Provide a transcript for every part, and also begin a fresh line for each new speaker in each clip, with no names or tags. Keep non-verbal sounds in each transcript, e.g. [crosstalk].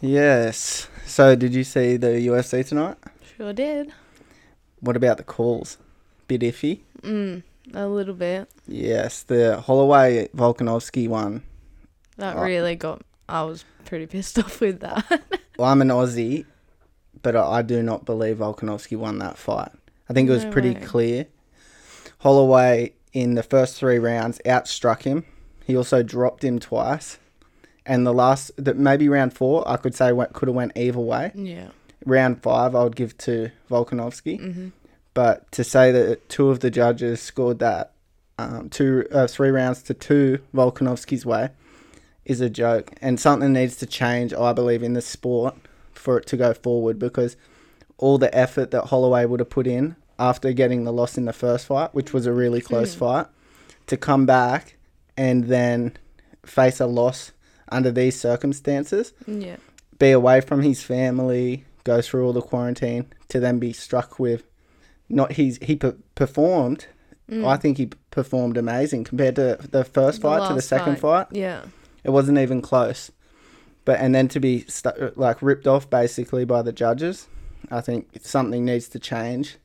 Yes. So, did you see the UFC tonight?
Sure did.
What about the calls? Bit iffy.
Mm, a little bit.
Yes, the Holloway Volkanovski one.
That
Oh.
really got. I was pretty pissed [laughs] off with that.
Well, I'm an Aussie, but I I do not believe Volkanovski won that fight. I think it was
No
pretty
way.
clear. Holloway in the first three rounds outstruck him. He also dropped him twice, and the last, that maybe round four, I could say went, could have went either way.
yeah.
Round five, I would give to Volkanovski.
hmm
But to say that two of the judges scored that um, two uh, three rounds to two Volkanovski's way is a joke, and something needs to change. I believe in the sport for it to go forward because all the effort that Holloway would have put in after getting the loss in the first fight, which was a really close fight, to come back and then face a loss under these circumstances
Yeah.
be away from his family, go through all the quarantine, to then be struck with not his he pe- performed. I think he performed amazing compared to the first
Mm. The
fight to the
last
second fight.
Yeah.
It wasn't even close. But and then to be stu like ripped off basically by the judges, I think something needs to change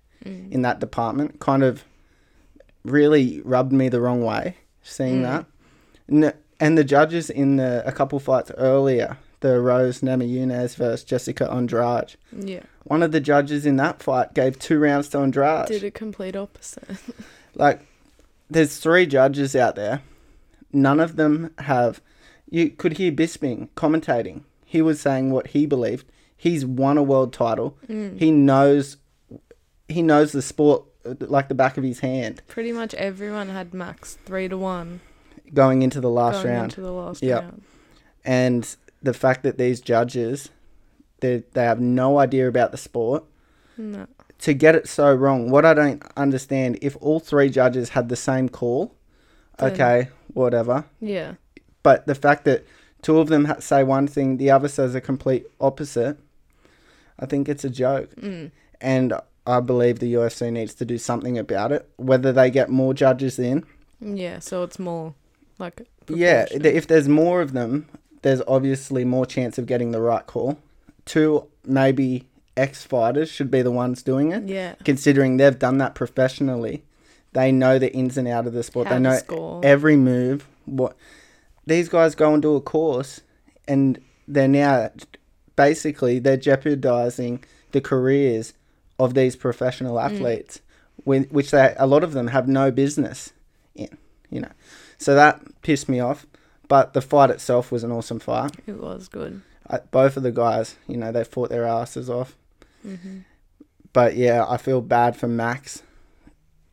in that department. Kind of really rubbed me the wrong way seeing that. N- and the judges in the a couple fights earlier, the Rose Namajunas versus Jessica Andrade.
Yeah.
One of the judges in that fight gave two rounds to Andrade.
Did a complete opposite.
Like, there's three judges out there. None of them have. You could hear Bisping commentating. He was saying what he believed. He's won a world title.
Mm.
He knows. He knows the sport uh, like the back of his hand.
Pretty much everyone had max three to one
Going into the last
going
round,
into the last
Yep.
round.
and the fact that these judges, they they have no idea about the sport.
No.
to get it so wrong, what I don't understand, if all three judges had the same call,
Then-
okay, whatever.
Yeah.
But the fact that two of them ha- say one thing, the other says a complete opposite, I think it's a joke.
Mm.
And I believe the UFC needs to do something about it, whether they get more judges in.
Yeah. So it's more like.
Yeah,
proportionate.
th- if there's more of them, there's obviously more chance of getting the right call. Two, maybe ex fighters should be the ones doing it
Yeah.
considering they've done that professionally. They know the ins and out of the sport.
How
they
to
know
score.
every move. What these guys go and do a course, and they're now basically they're jeopardizing the careers of these professional
Mm.
athletes, whi- which they a lot of them have no business in. You know, so that pissed me off. But the fight itself was an awesome fight.
It was good.
I, both of the guys, you know, they fought their asses off.
Mm-hmm.
But yeah, I feel bad for Max.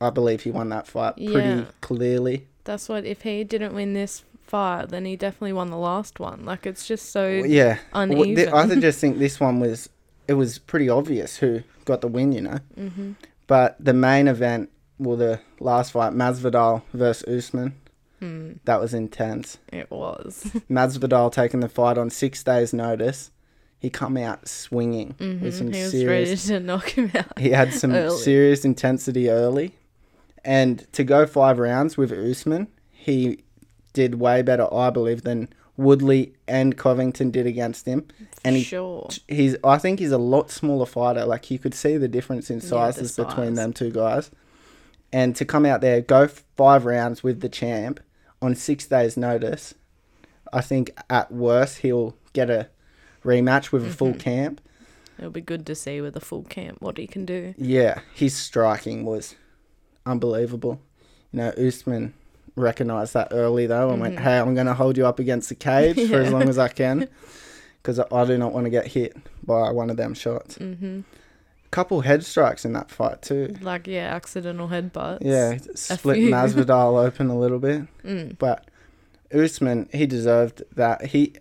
I believe he won that fight pretty
Yeah.
clearly.
That's what. If he didn't win this fight, then he definitely won the last one. Like it's just so.
Well, yeah, Well,
uneven.
thi- I th- just think this one was it was pretty obvious who got the win, you know.
Mhm.
But the main event, well, the last fight, Masvidal versus Usman,
Mm,
that was
[laughs]
intense.
it was.
Masvidal taking the fight on six days' notice. He come out swinging
hmm
with
He
some
was
serious
ready to knock him out.
He had some
[laughs] Early.
serious intensity early. And to go five rounds with Usman, he did way better, I believe, than Woodley and Covington did against him. And he,
sure.
he's, I think he's a lot smaller fighter. Like you could see the difference in
the
sizes between
size.
them two guys. And to come out there, go f- five rounds with the champ on six days' notice, I think at worst he'll get a rematch with a
Mm-hmm.
full camp.
It'll be good to see with a full camp what he can do.
Yeah, his striking was unbelievable. You know, Usman recognized that early though and went, "Hey, I'm going to hold you up against the cage for as
Yeah.
long as I can, because I, I do not want to get hit by one of them shots."
hmm
Couple head strikes in that fight too.
Like, yeah, accidental headbutts.
Yeah, split
few.
Masvidal [laughs] open a little bit,
Mm.
but Usman he deserved that. He,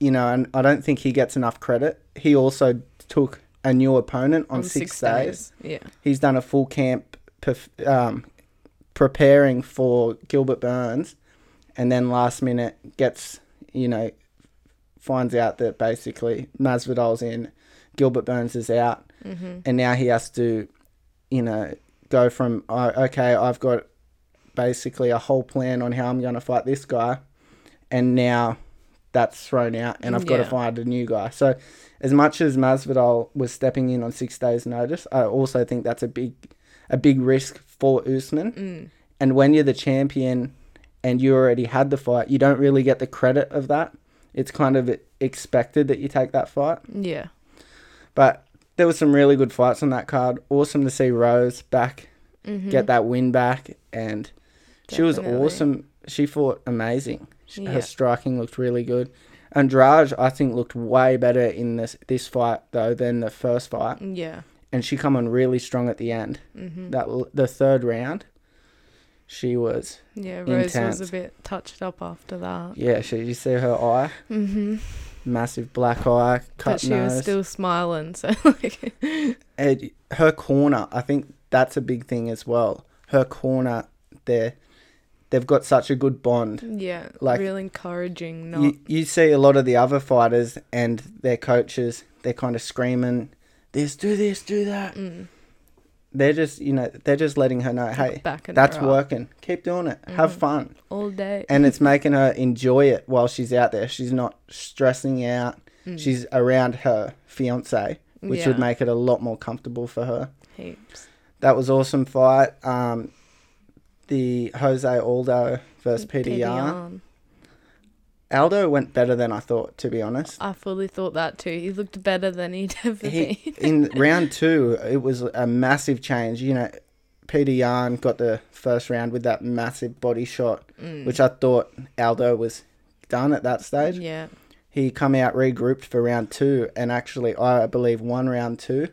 you know, and I don't think he gets enough credit. He also took a new opponent on, six, days.
Yeah.
he's done a full camp perf- um, preparing for Gilbert Burns, and then last minute gets you know finds out that basically Masvidal's in, Gilbert Burns is out,
hmm
and now he has to you know go from oh, okay I've got basically a whole plan on how I'm going to fight this guy, and now that's thrown out, and I've got to
Yeah.
find a new guy. So, as much as Masvidal was stepping in on six days' notice, I also think that's a big, a big risk for Usman.
Mm.
And when you're the champion, and you already had the fight, you don't really get the credit of that. It's kind of expected that you take that fight.
Yeah.
But there were some really good fights on that card. Awesome to see Rose back,
Mm-hmm.
get that win back, and she was
Definitely.
awesome. She fought amazing. Sh
Yeah.
Her striking looked really good. Andrade, I think, looked way better in this this fight though than the first fight,
Yeah.
and she come on really strong at the end.
Mm-hmm.
That l- the third round, she was
Yeah. Rose
intense.
was a bit touched up after that.
yeah. She you see her eye,
Mm-hmm.
massive black eye, cut
But she
nose.
was still smiling. [laughs] So like,
and her corner, I think that's a big thing as well. Her corner, there, they've got such a good bond.
yeah,
Like-
real encouraging. Not
You, you see a lot of the other fighters and their coaches, they're kind of screaming, "This, do this, do that."
mm,
They're just, you know, they're just letting her know, "Hey,
back Mm-hmm. and
that's working. Keep doing it. Have fun."
all day.
And it's making her enjoy it while she's out there. She's not stressing out.
Mm.
She's around her fiance, which would
Yeah.
make it a lot more comfortable for her.
heaps.
That was awesome fight. Um, the Jose Aldo versus Peter
Petty
Yan.
yarn.
Aldo went better than I thought, to be honest.
I fully thought that too. He looked better than he'd [laughs] ever
Oh, He,
been.
[laughs] in round two, it was a massive change. You know, Peter Yan got the first round with that massive body shot, which I thought Aldo was done at that stage.
Yeah.
He come out regrouped for round two, and actually, I believe won round two.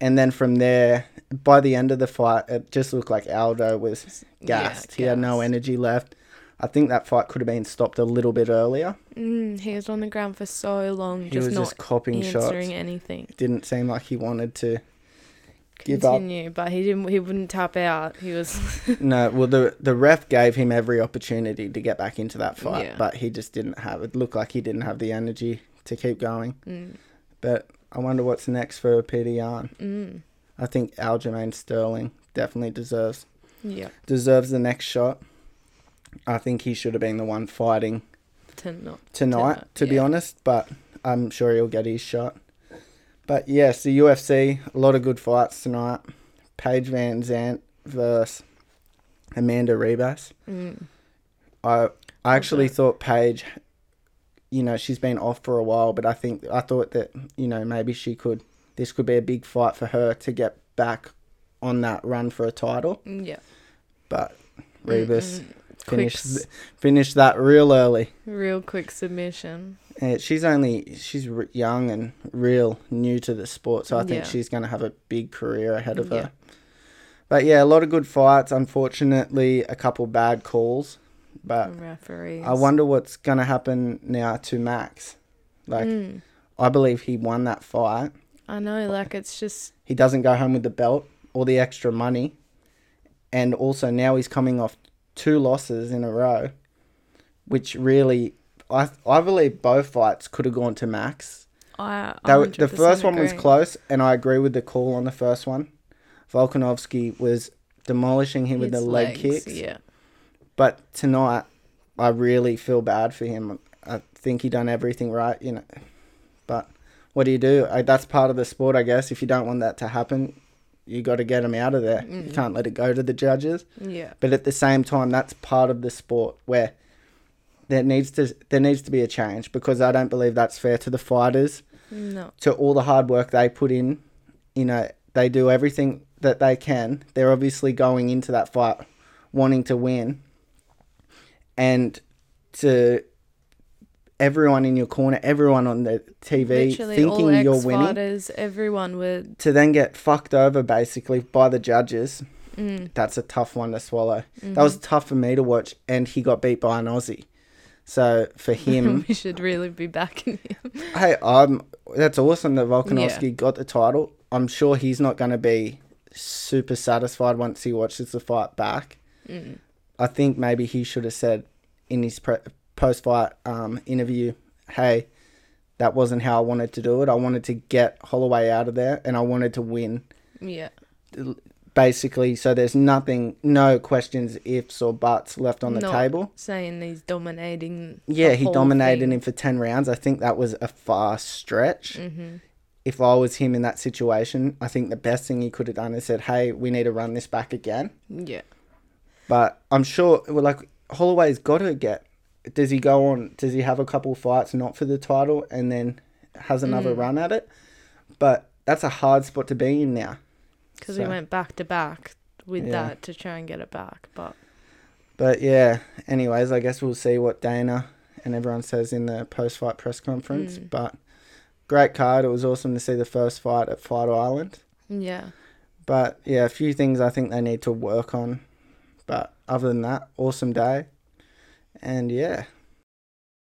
And then from there, by the end of the fight, it just looked like Aldo was
Yeah,
gassed. He had no
gassed.
energy left. I think that fight could have been stopped a little bit earlier.
Mm, he was on the ground for so long,
He
just
was
not
just copying
answering
shots.
anything.
Didn't seem like he wanted
[laughs]
to. Give up.
Continue, but he didn't. He wouldn't tap out. He was. [laughs]
No, well, the the ref gave him every opportunity to get back into that fight,
Yeah.
but he just didn't have. It looked like he didn't have the energy to keep going.
Mm,
But I wonder what's next for Peter Yarn.
mm,
I think Aljamain Sterling definitely deserves
yeah,
deserves the next shot. I think he should have been the one fighting
to not.
tonight,
Tonight,
to be
yeah.
honest, but I'm sure he'll get his shot. But yes, the UFC, a lot of good fights tonight. Paige Van Zant versus Amanda Rebus.
Mm,
I I actually
Okay.
thought Paige, you know, she's been off for a while, but I think I thought that you know maybe she could. This could be a big fight for her to get back on that run for a title.
yeah,
But Rebus
quick,
finished
s-
finished that real early.
real quick submission.
And Eh, she's only she's r- young and real new to the sport, so I think
Yeah.
she's going to have a big career ahead of
Yeah.
her. But yeah, a lot of good fights. Unfortunately, a couple bad calls. But
Mm, referees.
I wonder what's going to happen now to Max. Like
Mm,
I believe he won that fight.
I know, like it's just
He doesn't go home with the belt or the extra money, and also now he's coming off two losses in a row, which really. I, I believe both fights could have gone to Max.
I.
That w- the
100%
first one was
agree.
close, and I agree with the call on the first one. Volkanovski was demolishing him with the
His
leg
legs,
kicks,
Yeah,
but tonight I really feel bad for him. I think he done everything right, you know. But what do you do? I, that's part of the sport, I guess. If you don't want that to happen, you got to get him out of there. You
Mm.
can't let it go to the judges.
yeah,
But at the same time, that's part of the sport where there needs to there needs to be a change because I don't believe that's fair to the fighters
no,
to all the hard work they put in. You know, they do everything that they can. They're obviously going into that fight wanting to win. And to everyone in your corner, everyone on the TV
literally all
thinking you're
ex
winning,
fighters, everyone were. [laughs]
to then get fucked over basically by the judges,
Mm, Mm-hmm.
that's a tough one to swallow. That was tough for me to watch, and he got beat by an Aussie. So for him,
we should really be backing him. [laughs]
Hey, um, that's awesome that Volkanovski
Yeah.
got the title. I'm sure he's not going to be super satisfied once he watches the fight back.
Mm,
I think maybe he should have said in his pre- post-fight um, interview, "Hey, that wasn't how I wanted to do it. I wanted to get Holloway out of there, and I wanted to win."
yeah.
basically so there's nothing no questions ifs or buts left on the
No.
table
saying he's dominating.
yeah
the
he
whole
dominated
thing.
him for 10 rounds i think that was a far stretch
Mhm.
if i was him in that situation i think the best thing he could have done is said hey we need to run this back again
Yeah.
but i'm sure well, like holloway's got to get does he go on does he have a couple fights not for the title and then has
Mm.
another run at it but that's a hard spot to be in now
Because
So-
we went back to back with
Yeah.
that to try and get it back, but
But yeah, anyways, I guess we'll see what Dana and everyone says in the post fight press conference. But great card. It was awesome to see the first fight at Fight Island.
yeah.
But yeah, a few things I think they need to work on. But other than that, awesome day. And yeah,